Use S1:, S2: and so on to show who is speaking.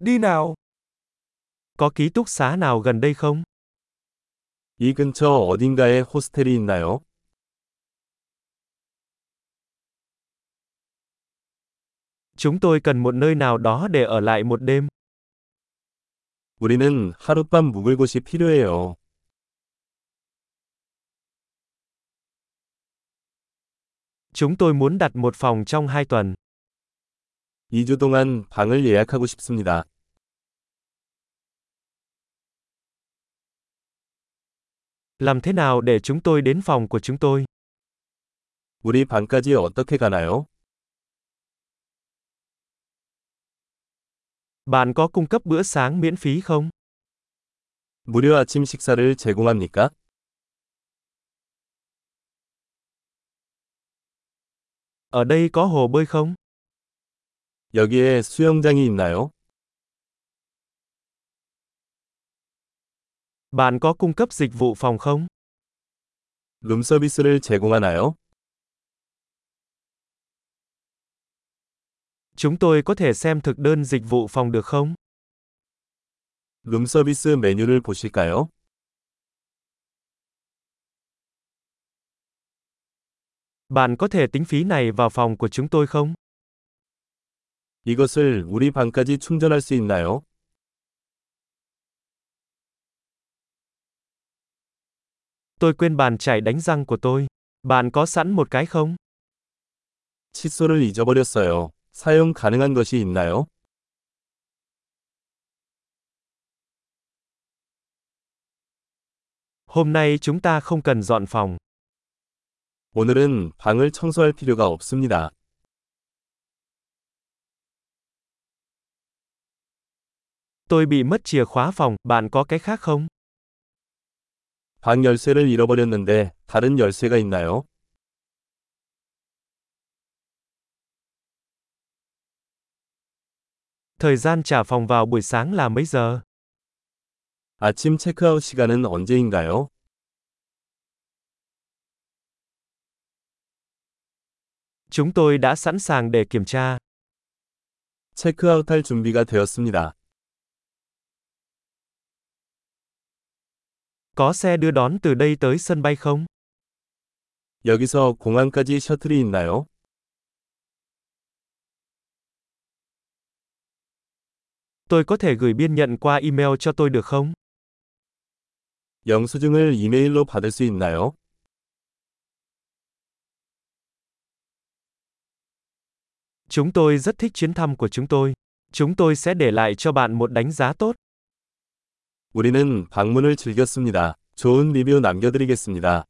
S1: đi nào.
S2: Có ký túc xá nào gần đây không?
S3: 이 근처 어딘가에 호스텔이 있나요?
S2: Chúng tôi cần một nơi nào đó để ở lại một đêm.
S3: 우리는 하룻밤 묵을 곳이 필요해요.
S2: Chúng tôi muốn đặt một phòng trong hai tuần.
S3: 2주 동안 방을 예약하고 싶습니다.
S2: Làm thế nào để chúng tôi đến phòng của chúng tôi?
S3: 우리 방까지 어떻게 가나요?
S2: Bạn có cung cấp bữa sáng miễn phí không?
S3: 무료 아침 식사를 제공합니까?
S2: Ở đây có hồ bơi không?
S3: 여기에 수영장이 있나요?
S2: Bạn có cung cấp dịch vụ phòng không?
S3: 룸서비스를 제공하나요?
S2: Chúng tôi có thể xem thực đơn dịch vụ phòng được không?
S3: 룸서비스 메뉴를 보실까요?
S2: Bạn có thể tính phí này vào phòng của chúng tôi không?
S3: 이것을 우리 방까지 충전할 수 있나요?
S2: Tôi quên bàn chải đánh răng của tôi. Bạn có sẵn một cái không?
S3: 칫솔을 잊어버렸어요. 사용 가능한 것이 있나요?
S2: Hôm nay chúng ta không cần dọn phòng.
S3: 오늘은 방을 청소할 필요가 없습니다.
S2: Tôi bị mất chìa khóa phòng, bạn có cái khác không?
S3: 방 열쇠를 잃어버렸는데 다른 열쇠가 있나요?
S2: Thời gian trả phòng vào buổi sáng là mấy giờ?
S3: 아침 체크아웃 시간은 언제인가요?
S2: Chúng tôi đã sẵn sàng để kiểm tra.
S3: 체크아웃할 준비가 되었습니다.
S2: Có xe đưa đón từ đây tới sân bay không?
S3: 여기서 공항까지 셔틀이 있나요?
S2: Tôi có thể gửi biên nhận qua email cho tôi được không?
S3: 영수증을 이메일로 받을 수 있나요?
S2: Chúng tôi rất thích chuyến thăm của chúng tôi. Chúng tôi sẽ để lại cho bạn một đánh giá tốt.
S3: 우리는 방문을 즐겼습니다. 좋은 리뷰 남겨드리겠습니다.